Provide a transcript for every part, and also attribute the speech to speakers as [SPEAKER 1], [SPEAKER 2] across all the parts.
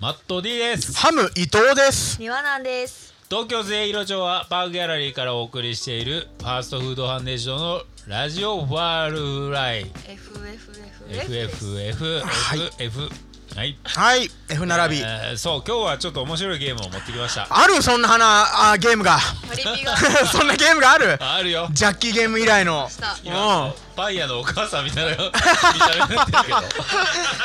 [SPEAKER 1] マット D です
[SPEAKER 2] ハム伊藤です。
[SPEAKER 3] 庭なんです。
[SPEAKER 1] 東京税色町はパークギャラリーからお送りしているファーストフードファンデーションのラジオファールフライ
[SPEAKER 3] F F F
[SPEAKER 1] FFFFF
[SPEAKER 2] はい
[SPEAKER 1] はい、
[SPEAKER 2] はい、F 並び。
[SPEAKER 1] えーそう今日はちょっと面白いゲームを持ってきました
[SPEAKER 2] あるそんな花あゲームが。
[SPEAKER 3] パリピが
[SPEAKER 2] そんなゲームがある。
[SPEAKER 1] あるよ
[SPEAKER 2] ジャッキーゲーム以来の。
[SPEAKER 3] した。
[SPEAKER 1] 今
[SPEAKER 2] うん
[SPEAKER 1] パン屋のお母さんみたいな 見た目になってるけど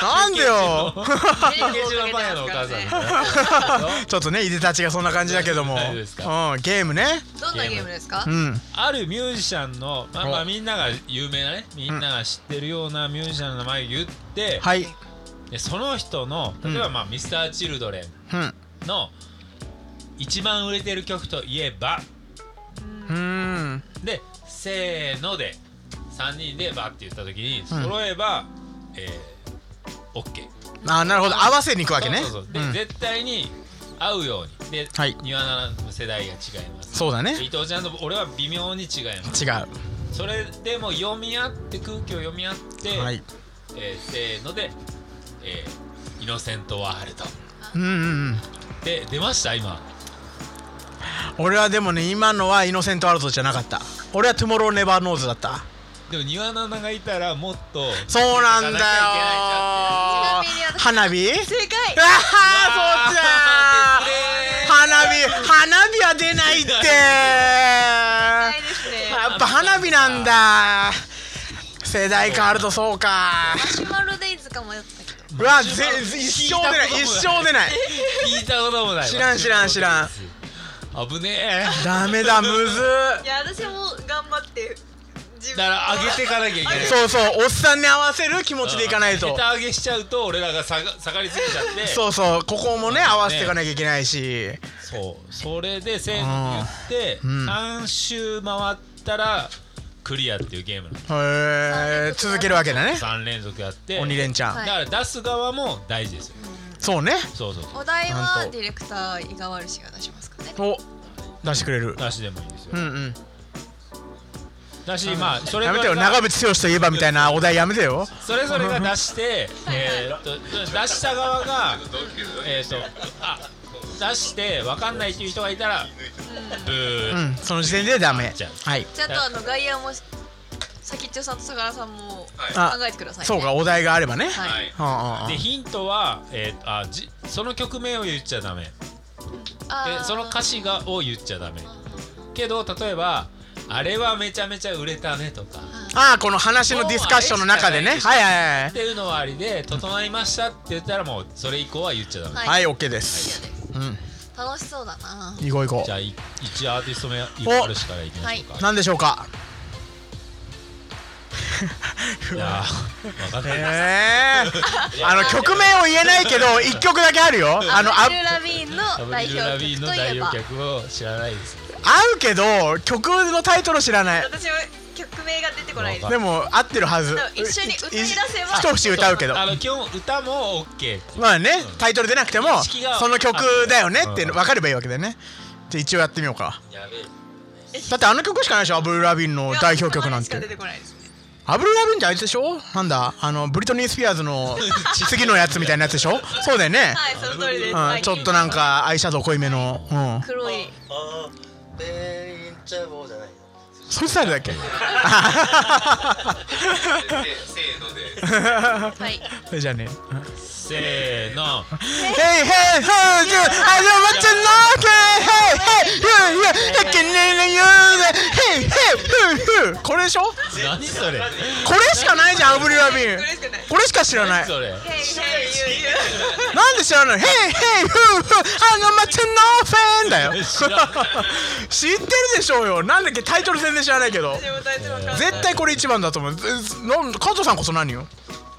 [SPEAKER 2] なんでよ。
[SPEAKER 1] パン屋のお母さんみたい な
[SPEAKER 2] ちょっとね、いでたちがそんな感じだけども。
[SPEAKER 1] 大丈夫ですか
[SPEAKER 2] うん、ゲームね。
[SPEAKER 3] どんなゲームですか
[SPEAKER 2] う？ん。
[SPEAKER 1] あるミュージシャンの、まあ、
[SPEAKER 2] お
[SPEAKER 1] まあみんなが有名なねみんなが知ってるようなミュージシャンの名前言って、
[SPEAKER 2] はい。
[SPEAKER 1] でその人の例えば、
[SPEAKER 2] うん
[SPEAKER 1] まあ Mr.Children
[SPEAKER 2] うん。
[SPEAKER 1] の一番売れてる曲といえば
[SPEAKER 2] うーん。
[SPEAKER 1] でせーので3人でバーって言った時に揃えば、えー、OK
[SPEAKER 2] あ、なるほど。合わせに行くわけね。
[SPEAKER 1] そうそうそうで、
[SPEAKER 2] うん
[SPEAKER 1] 絶対に合うようにで、
[SPEAKER 2] はい
[SPEAKER 1] ニュアナの世代が違います
[SPEAKER 2] そうだね。
[SPEAKER 1] 伊藤ちゃんと俺は微妙に違います
[SPEAKER 2] 違う。
[SPEAKER 1] それでも読み合って空気を読み合って、
[SPEAKER 2] はい。
[SPEAKER 1] えーせーので、えーイノセント・ワールド」
[SPEAKER 2] うんうんうん。
[SPEAKER 1] で出ました今
[SPEAKER 2] 俺はでもね、今のはイノセントワールドじゃなかった。俺はトゥモローネバーノーズだった。
[SPEAKER 1] でも庭の名がいたらもっと
[SPEAKER 2] そうなんだよー。
[SPEAKER 3] ちなみに私
[SPEAKER 2] 花火？
[SPEAKER 3] 正解
[SPEAKER 2] あ。はそっちだー花火花火は出ないって
[SPEAKER 3] ないですね。
[SPEAKER 2] やっぱ花火なんだ世代変わるとそうか
[SPEAKER 3] マシュマロデイズかもやったけど。
[SPEAKER 2] うわぜ一生出ない一生出ない
[SPEAKER 1] 聞いたこともない
[SPEAKER 2] 知らん知らん知らん
[SPEAKER 1] 危ねえ
[SPEAKER 2] ダメだむず
[SPEAKER 3] いや私も頑張って自分
[SPEAKER 1] だから上げていかなきゃいけない
[SPEAKER 2] そうそうおっさんに合わせる気持ちでいかないと
[SPEAKER 1] 下手上げしちゃうと俺らが下が下がりすぎちゃってそう
[SPEAKER 2] そうそうここもね合わせていかなきゃいけないし
[SPEAKER 1] それでせーの言って、
[SPEAKER 2] うん
[SPEAKER 1] 3周回ったらクリアっていうゲームなの
[SPEAKER 2] へー続けるわけだね
[SPEAKER 1] 3連続やって
[SPEAKER 2] 鬼レンちゃん
[SPEAKER 3] はい
[SPEAKER 1] だから出す側も大事ですよ
[SPEAKER 2] そうね
[SPEAKER 1] そうそうそう
[SPEAKER 3] お題
[SPEAKER 2] なん
[SPEAKER 3] は
[SPEAKER 2] と
[SPEAKER 3] ディレクター伊賀ワル氏が出しますかね。
[SPEAKER 2] お出してくれる
[SPEAKER 1] 出しでもいいですよ、
[SPEAKER 2] うんうん
[SPEAKER 1] だしまあそれ
[SPEAKER 2] や
[SPEAKER 1] ぞ
[SPEAKER 2] め
[SPEAKER 1] れ
[SPEAKER 2] てよ
[SPEAKER 1] が
[SPEAKER 2] 長渕剛といえばみたいなお題やめてよ
[SPEAKER 1] それぞれが出して、えーっと出した側が、えーっとあ出して分かんないっていう人がいたらブ
[SPEAKER 2] う
[SPEAKER 1] ー、
[SPEAKER 2] んその時点でダメ
[SPEAKER 1] じゃ
[SPEAKER 2] はい
[SPEAKER 3] ちゃんとあの外野も先っちょさんと相良さんも
[SPEAKER 2] あ
[SPEAKER 3] 考えてくださいね。
[SPEAKER 2] そうかお題があればね
[SPEAKER 3] はい。
[SPEAKER 1] はい
[SPEAKER 2] は
[SPEAKER 1] でヒントは、えーっとあじその曲名を言っちゃダメで
[SPEAKER 3] あー
[SPEAKER 1] その歌詞がを言っちゃダメけど例えば「あれはめちゃめちゃ売れたね」とか
[SPEAKER 2] ああこの話のディスカッションの中でね
[SPEAKER 1] もうあ
[SPEAKER 2] はいはいは
[SPEAKER 1] っ
[SPEAKER 2] い
[SPEAKER 1] ていうのはありで「整いました」って言ったらもうそれ以降は言っちゃダメ、
[SPEAKER 3] はい
[SPEAKER 2] はい OK で
[SPEAKER 3] いいよ
[SPEAKER 2] す
[SPEAKER 3] ね
[SPEAKER 2] うん
[SPEAKER 3] 楽しそうだな。
[SPEAKER 2] 行こう行こ
[SPEAKER 1] じゃあい一アーティスト目ゆかるしからいきましょうか、
[SPEAKER 2] う何でしょ うか
[SPEAKER 1] いやー分かんない
[SPEAKER 2] ええあの曲名を言えない けど一曲だけあるよあのあ
[SPEAKER 3] アブリル・ラビーン
[SPEAKER 1] ア
[SPEAKER 3] の
[SPEAKER 1] ブ
[SPEAKER 3] 代
[SPEAKER 1] リル・ラ
[SPEAKER 3] 表
[SPEAKER 1] ビーン
[SPEAKER 3] 曲
[SPEAKER 1] の
[SPEAKER 3] とい
[SPEAKER 1] 代
[SPEAKER 3] えば
[SPEAKER 1] 表。曲を知らないです
[SPEAKER 2] 合うけど曲のタイトル知らない
[SPEAKER 3] 私も曲名が出てこないです
[SPEAKER 1] わ。
[SPEAKER 2] でも合ってるはず
[SPEAKER 3] でも一緒に歌い出せば
[SPEAKER 2] 一節歌うけど
[SPEAKER 1] あの基本歌も OK って
[SPEAKER 2] まあね、タイトル出なくても
[SPEAKER 1] 意識が
[SPEAKER 2] その曲だよねって
[SPEAKER 1] うん
[SPEAKER 2] 分かればいいわけだよね。じゃあ一応やってみようか。
[SPEAKER 1] やべえ
[SPEAKER 2] だってあの曲しかないでしょ、アブリル・ラビンの代表曲なんて。
[SPEAKER 3] いやそこまでしか出てこないですね。
[SPEAKER 2] アブリル・ラビンってあいつでしょなんだあの、ブリトニー・スピアー ズの次のやつみたいなやつでしょそうだよね。
[SPEAKER 3] はい、その通りです。
[SPEAKER 2] う
[SPEAKER 3] は
[SPEAKER 2] ん、
[SPEAKER 3] い
[SPEAKER 2] ちょっとなんかアイシャドウ濃いめの。うん。
[SPEAKER 3] 黒い。
[SPEAKER 4] ああ、全員ちゃうじゃないの。
[SPEAKER 2] そういうスタイルだっ け
[SPEAKER 3] はい。
[SPEAKER 2] それじゃあね。
[SPEAKER 1] せーの
[SPEAKER 2] Hey, hey, hey, you, I don't want to knock it. Hey, hey, you, you, I can hear you. Hey, hey, you, you. これでしょ
[SPEAKER 1] 何それ
[SPEAKER 2] これしかないじゃん、アブリル・ラビン
[SPEAKER 3] こ。れしかない。
[SPEAKER 2] これしか知らな
[SPEAKER 1] 何
[SPEAKER 2] い。
[SPEAKER 1] それ
[SPEAKER 3] ヘイヘイユーユ
[SPEAKER 2] なんで知らないの ?Hey, hey, who, who, I'm a matter no fan だよ。
[SPEAKER 1] 知らん
[SPEAKER 2] 知ってるでしょうよ。なんだっけ、タイトル全然知らないけど。
[SPEAKER 3] ー。でも大丈夫か。
[SPEAKER 2] 絶対これ一番だと思う。えの加藤さんこそ何よ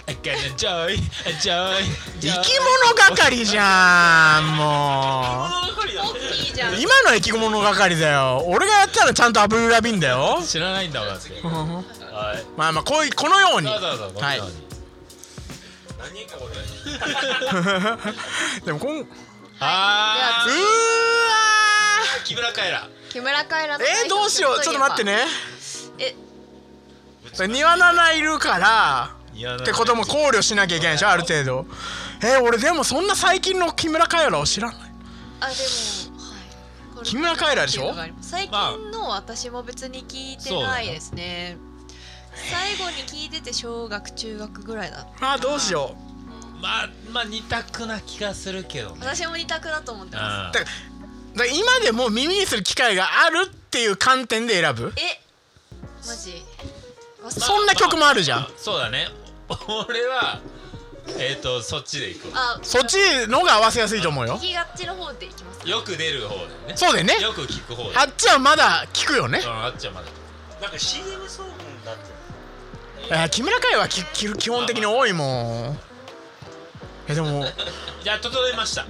[SPEAKER 1] I can enjoy enjoy
[SPEAKER 2] 生き物係じゃん、も
[SPEAKER 3] 大きいじゃん。
[SPEAKER 2] う。今の生き物係だよ。俺がやったらちゃんとアブルラビンだよ。
[SPEAKER 1] 知らないんだもんだってはい
[SPEAKER 2] まあまあ、こういう、このように。
[SPEAKER 1] そうそうそうこん
[SPEAKER 2] は
[SPEAKER 1] ないのに。
[SPEAKER 2] でもこん、うーわ
[SPEAKER 1] あー木村カエラ
[SPEAKER 3] 木村カエラの。
[SPEAKER 2] えー、どうしよう。ちょっと待って。ね。
[SPEAKER 3] え、
[SPEAKER 2] 庭菜々いるから。
[SPEAKER 1] いや
[SPEAKER 2] ってことも考慮しなきゃいけないでしょある程度え俺でもそんな最近の木村カエラを知らない
[SPEAKER 3] あでもはいこれ
[SPEAKER 2] 木村カエラでしょ
[SPEAKER 3] っていうのがあります最近の私も別に聞いてないですね、最後に聞いてて小学中学ぐらいだった
[SPEAKER 2] あーどうしよう
[SPEAKER 1] まあまあ二択な気がするけどね
[SPEAKER 3] 私も二択だと思ってま
[SPEAKER 1] あ
[SPEAKER 2] だだから今でも耳にする機会があるっていう観点で選ぶ
[SPEAKER 3] すえマジ忘れ
[SPEAKER 2] そんな曲もあるじゃん
[SPEAKER 1] そうだね俺はえっ、とそっちでいくわ
[SPEAKER 3] あ
[SPEAKER 2] そっちのが合わせやすいと思うよ
[SPEAKER 3] 聞きがちの方でい きます
[SPEAKER 1] よく出る方だよね
[SPEAKER 2] そうだよね
[SPEAKER 1] よく聞く方だよ
[SPEAKER 2] あっちはまだ聞くよね
[SPEAKER 1] うんあっちゃんまだ
[SPEAKER 4] なんか CM ソングになってる
[SPEAKER 2] いや木村カエラはきき基本的に多いもんえでも
[SPEAKER 1] じゃあ整いました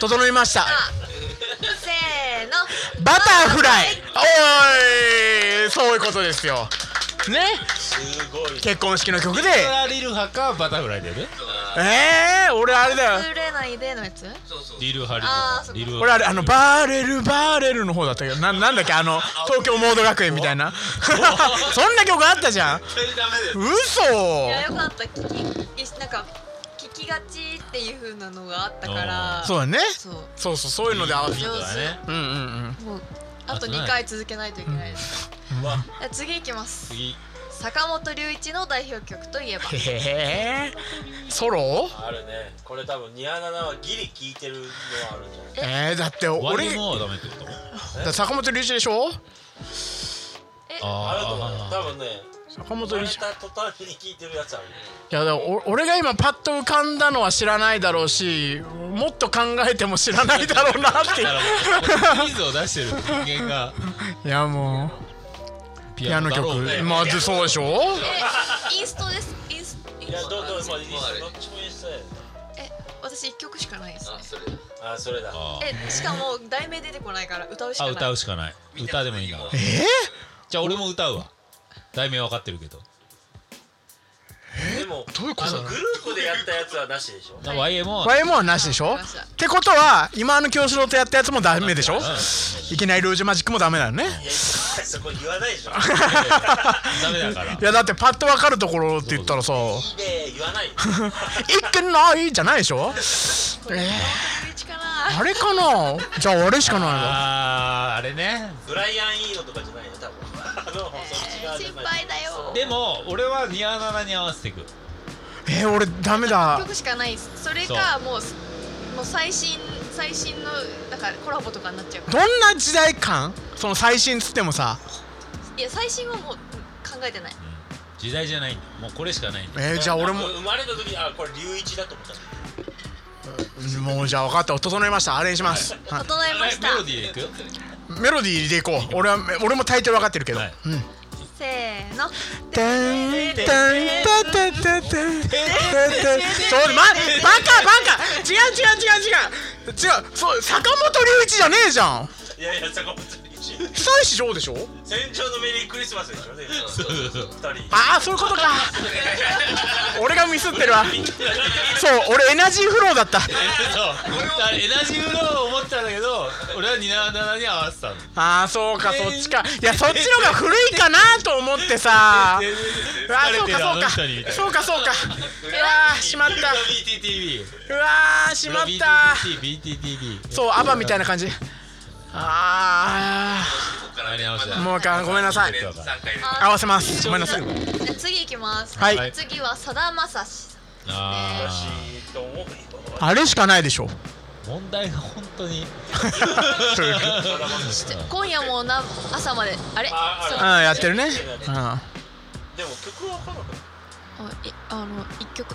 [SPEAKER 2] 整いました
[SPEAKER 3] せーの
[SPEAKER 2] バタフライおーいそういうことですよね
[SPEAKER 4] すごい
[SPEAKER 2] 結婚式の曲で
[SPEAKER 1] ソラリルハかバタフライだよね
[SPEAKER 2] えー、俺あれだよ
[SPEAKER 3] 忘れないでのやつ
[SPEAKER 1] リルハリル
[SPEAKER 3] あー
[SPEAKER 1] ハ
[SPEAKER 3] そっか
[SPEAKER 1] リルハ
[SPEAKER 2] 俺あれあのバーレルバーレルの方だったけどななんだっけあの東京モード学園みたいな そんな曲あったじゃん
[SPEAKER 1] それダメだよ
[SPEAKER 2] 嘘
[SPEAKER 3] いやよかった聞きいなんか聞きがちっていう風なのがあったから
[SPEAKER 2] そうだね
[SPEAKER 3] そう
[SPEAKER 2] そうそうそういうので合わせ
[SPEAKER 1] いいことだね
[SPEAKER 2] うんうんうん
[SPEAKER 3] もうあと2回続けないといけないですじゃあ次いきます
[SPEAKER 1] 次
[SPEAKER 3] 坂本龍一の代表曲といえば
[SPEAKER 2] へえソロ
[SPEAKER 5] あるねこれ多分ニアナナはギリ聞いてるのはあるんじゃない
[SPEAKER 2] えー、だって
[SPEAKER 1] 終わ
[SPEAKER 2] 俺
[SPEAKER 1] りもダメってこと
[SPEAKER 2] だから坂本龍一でしょ
[SPEAKER 5] あると思うよ
[SPEAKER 1] あ
[SPEAKER 5] 多分ね
[SPEAKER 2] 坂
[SPEAKER 5] 生
[SPEAKER 2] 本
[SPEAKER 5] ま
[SPEAKER 2] 龍
[SPEAKER 5] れ
[SPEAKER 2] 一い
[SPEAKER 5] た途端に聞いてるやつある
[SPEAKER 2] やだからお俺が今パッと浮かんだのは知らないだろうしもっと考えても知らないだろうなってい
[SPEAKER 1] あ
[SPEAKER 2] う
[SPEAKER 1] クイズを出してる人間が
[SPEAKER 2] いやもうピアノ曲まずそうでしょ
[SPEAKER 3] えインストですインスイン
[SPEAKER 5] いや
[SPEAKER 3] ス
[SPEAKER 5] どうどう
[SPEAKER 3] ト
[SPEAKER 5] もういいですどっちもいいっすね
[SPEAKER 3] え私1曲しかないですね
[SPEAKER 6] それ
[SPEAKER 5] あそれだ
[SPEAKER 1] あー
[SPEAKER 3] えしかも題名出てこないから歌うしか
[SPEAKER 1] あ
[SPEAKER 3] ない
[SPEAKER 1] 歌うしかない歌でもいいな
[SPEAKER 2] え
[SPEAKER 1] じゃあ俺も歌うわ題名わかってるけど
[SPEAKER 5] でも
[SPEAKER 2] どういうこと
[SPEAKER 5] あ
[SPEAKER 2] だ
[SPEAKER 5] のグループでやったやつはなしでしょ
[SPEAKER 1] YMO
[SPEAKER 2] ー、YMO はなしでしょってことは今の京志郎とやったやつもダメでしょいけないルージュマジックもダメだよね
[SPEAKER 5] いやそこ言わないで しょい
[SPEAKER 1] ダメだから
[SPEAKER 2] いやだってパッとわかるところって言ったらさ「
[SPEAKER 5] いね言 わないよ
[SPEAKER 2] いけない!」じゃないでしょ
[SPEAKER 3] 龍一かな
[SPEAKER 2] あれかなじゃああれしかないわ
[SPEAKER 1] あーあれね
[SPEAKER 5] ブライアン・イーノとかじゃないよ多分あのそっち側じゃ
[SPEAKER 3] 心
[SPEAKER 5] ない
[SPEAKER 3] 配だよ
[SPEAKER 1] でも俺はニアナナに合わせていく
[SPEAKER 2] えー、俺ダメだ
[SPEAKER 3] 1曲しかないですそれかもうすもう最新最新のなんかコラボとかになっちゃうから
[SPEAKER 2] どんな時代感その最新っつってもさ
[SPEAKER 3] いや最新はもううん考えてない
[SPEAKER 1] 時代じゃないんだもうこれしかないんだ
[SPEAKER 2] えー、じゃあ俺も
[SPEAKER 5] 生まれた時にあこれ龍一だと思った
[SPEAKER 2] もうじゃあ分かった整えましたあれにします、は
[SPEAKER 3] 整えました
[SPEAKER 1] メロディーでいく
[SPEAKER 2] い、メロディーでいこう俺は俺も大抵分かってるけど、
[SPEAKER 1] はい
[SPEAKER 2] うん
[SPEAKER 3] せーの
[SPEAKER 2] てんてんてんてんてんてんてんてんちょっとまバカバカ違う違う違う違う違うそう坂本龍一じゃねえじゃん
[SPEAKER 5] いやいや坂本龍一
[SPEAKER 2] 久石譲でしょ
[SPEAKER 5] 戦場のメリークリスマスでしょね
[SPEAKER 1] そうそうそう
[SPEAKER 5] 二人
[SPEAKER 2] ああそういうことか俺がミスってるわそう俺エナジーフローだった
[SPEAKER 1] あれエナジーフローを思ったんだけど俺はニアナナに合わせたの
[SPEAKER 2] ああそうかそっちかいやそっちのが古いかなと思って さあ
[SPEAKER 1] 疲れてるあの人にみ
[SPEAKER 2] ー
[SPEAKER 1] たい
[SPEAKER 2] そうかそうかそうかそうかうわーしまった
[SPEAKER 1] BTTV
[SPEAKER 2] うわーしまった
[SPEAKER 1] BTTV
[SPEAKER 2] そうアバみたいな感じあ
[SPEAKER 1] 間に合わせ
[SPEAKER 2] あ
[SPEAKER 1] た
[SPEAKER 2] もうかごめんなさい合わせますごめんなさい
[SPEAKER 3] じゃあ次いきます
[SPEAKER 2] はい、
[SPEAKER 1] はい
[SPEAKER 3] 次はさだまさし
[SPEAKER 5] らし
[SPEAKER 1] あ
[SPEAKER 5] いと思うよ
[SPEAKER 2] あれしかないでしょ
[SPEAKER 1] ー問題が本当に
[SPEAKER 2] そういう
[SPEAKER 3] 今夜もな朝まであれ
[SPEAKER 5] ああ
[SPEAKER 3] そう
[SPEAKER 2] うんやってるねうんあ
[SPEAKER 5] でも曲は分からなかった
[SPEAKER 3] いあの一曲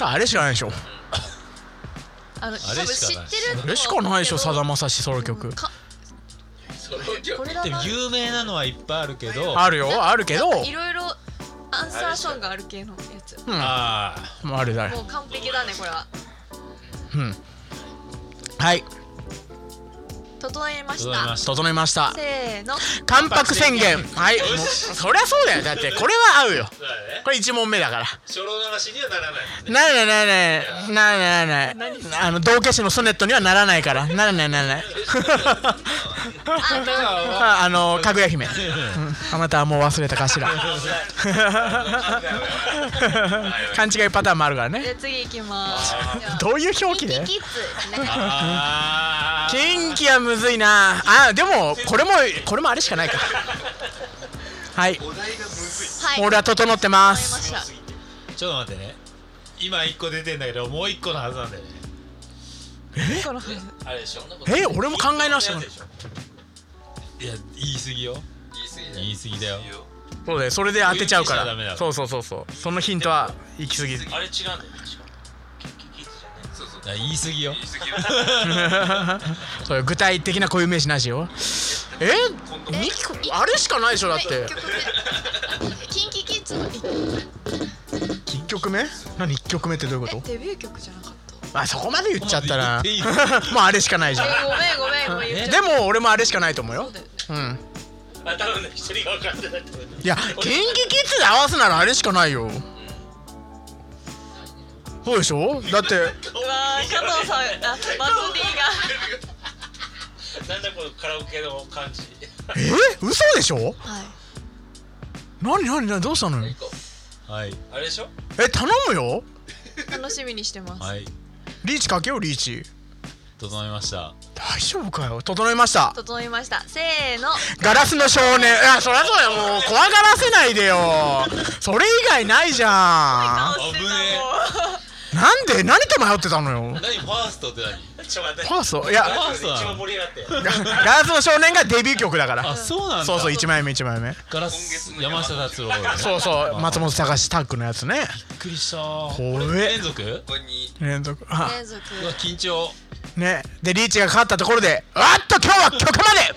[SPEAKER 2] あれしかないでしょ
[SPEAKER 3] あの
[SPEAKER 1] しか
[SPEAKER 3] 多
[SPEAKER 1] ない
[SPEAKER 3] 分知ってると
[SPEAKER 2] あれしかないでしょさだまさしソロ
[SPEAKER 3] の
[SPEAKER 2] 曲
[SPEAKER 6] その曲
[SPEAKER 3] これだ
[SPEAKER 1] でも
[SPEAKER 3] な
[SPEAKER 1] 有名なのはいっぱいあるけど
[SPEAKER 2] あるよあるけど
[SPEAKER 3] なんかいろいろアンサーソングある系のやつ
[SPEAKER 2] うんあ
[SPEAKER 1] あ
[SPEAKER 2] れだ
[SPEAKER 3] も
[SPEAKER 2] よ
[SPEAKER 3] う完璧だねこれは
[SPEAKER 2] うんはい
[SPEAKER 3] 整えま
[SPEAKER 1] あ
[SPEAKER 3] し
[SPEAKER 1] どうなり
[SPEAKER 3] た
[SPEAKER 1] ました
[SPEAKER 2] 整いました
[SPEAKER 3] せーの
[SPEAKER 2] 関白宣言はいもうそりゃそうだよだってこれは合うよ
[SPEAKER 6] ね
[SPEAKER 2] これ1問目だから
[SPEAKER 6] 初老流しにはならないですね
[SPEAKER 2] ならないならないならないならないあの道化師のソネットにはならないからならないならない
[SPEAKER 1] だから
[SPEAKER 2] ああのかぐや姫、うんあなたはもう忘れたかしら勘違いパターンもあるから
[SPEAKER 3] じゃ
[SPEAKER 2] ね
[SPEAKER 3] あ次行きます。じゃあ
[SPEAKER 2] どういう表記
[SPEAKER 3] キ
[SPEAKER 2] で
[SPEAKER 3] キキッズですね。
[SPEAKER 1] あー
[SPEAKER 2] 近畿はむずいなあでもこれもこれもあれしかないかはい
[SPEAKER 6] お題がむずい
[SPEAKER 3] はい。
[SPEAKER 2] 俺は整ってま
[SPEAKER 3] 思いますした。
[SPEAKER 1] ちょっと待ってね今一個出てんだけどもう一個のはずなんだよね
[SPEAKER 3] この話
[SPEAKER 5] あれでしょ
[SPEAKER 2] え俺も考え直してもらう
[SPEAKER 1] いや言い過ぎよ
[SPEAKER 6] 言い過ぎだ
[SPEAKER 1] 言い過ぎだよ
[SPEAKER 2] そうだよそれで当てちゃうか
[SPEAKER 1] 有名人じゃダメだ
[SPEAKER 2] ら
[SPEAKER 1] ろ
[SPEAKER 2] そうそうそうそうそのヒントは行き過ぎる
[SPEAKER 5] あれ違うんだよ確かキキキッズじゃない
[SPEAKER 6] そうそう
[SPEAKER 1] だから言い過ぎよ
[SPEAKER 6] 言い過ぎよ
[SPEAKER 2] そう具体的な固有名詞なしよえ二個あれしかないでしょだっ
[SPEAKER 3] はい
[SPEAKER 2] て
[SPEAKER 3] 一曲目。キンキキッズの一曲
[SPEAKER 2] 1曲目何1曲目ってどういうこ
[SPEAKER 3] えデビュー曲じゃなかった。
[SPEAKER 2] とあそこまで言っちゃったら
[SPEAKER 1] ここまで言
[SPEAKER 2] もうあれしかないじゃん
[SPEAKER 3] えごめんごめんごめん。
[SPEAKER 2] でも俺もあれしかないと思うよ
[SPEAKER 3] そうだよね
[SPEAKER 2] うん
[SPEAKER 5] あ多分ね一人が分かってないと思う
[SPEAKER 2] いやキンキキッズで合わすならあれしかないよそうでしょだって
[SPEAKER 3] うわー加藤さん、あ、マゾディ
[SPEAKER 5] なんだこのカラオケの感じ
[SPEAKER 2] え嘘でしょ
[SPEAKER 3] が。はい。
[SPEAKER 2] 何何何どうしたのよ
[SPEAKER 1] はい
[SPEAKER 5] あれでしょ
[SPEAKER 2] え頼むよ
[SPEAKER 3] 楽しみにしてます。
[SPEAKER 1] はい
[SPEAKER 2] リーチかけようリーチ
[SPEAKER 1] 整えました
[SPEAKER 2] 大丈夫かよ整いました
[SPEAKER 3] 整いました。せーの。
[SPEAKER 2] ガラスの少年いやそりゃそうだよもう怖がらせないでよそれ以外ないじゃ
[SPEAKER 3] 顔して
[SPEAKER 1] 危ね
[SPEAKER 3] たもん。
[SPEAKER 2] んなんで何と迷ってたのよ
[SPEAKER 1] 何ファーストって何
[SPEAKER 5] ちょっと待って
[SPEAKER 2] ファーストいや
[SPEAKER 5] あ
[SPEAKER 1] ファー
[SPEAKER 5] れ
[SPEAKER 1] ストなの
[SPEAKER 5] 一番盛り上がって
[SPEAKER 2] ガラスの少年がデビュー曲だか
[SPEAKER 1] あ
[SPEAKER 2] ら
[SPEAKER 1] そうなんだ
[SPEAKER 2] そうそう1枚目1枚目
[SPEAKER 1] ガラス山下達郎
[SPEAKER 2] そうそう松本隆タッグのやつね
[SPEAKER 1] びっくりした
[SPEAKER 2] 怖
[SPEAKER 1] これ
[SPEAKER 2] え
[SPEAKER 1] 連続う
[SPEAKER 6] ここに
[SPEAKER 2] 連続あ
[SPEAKER 3] 連続。
[SPEAKER 1] わ緊張
[SPEAKER 2] ねでリーチがかかったところであっと今日は曲まで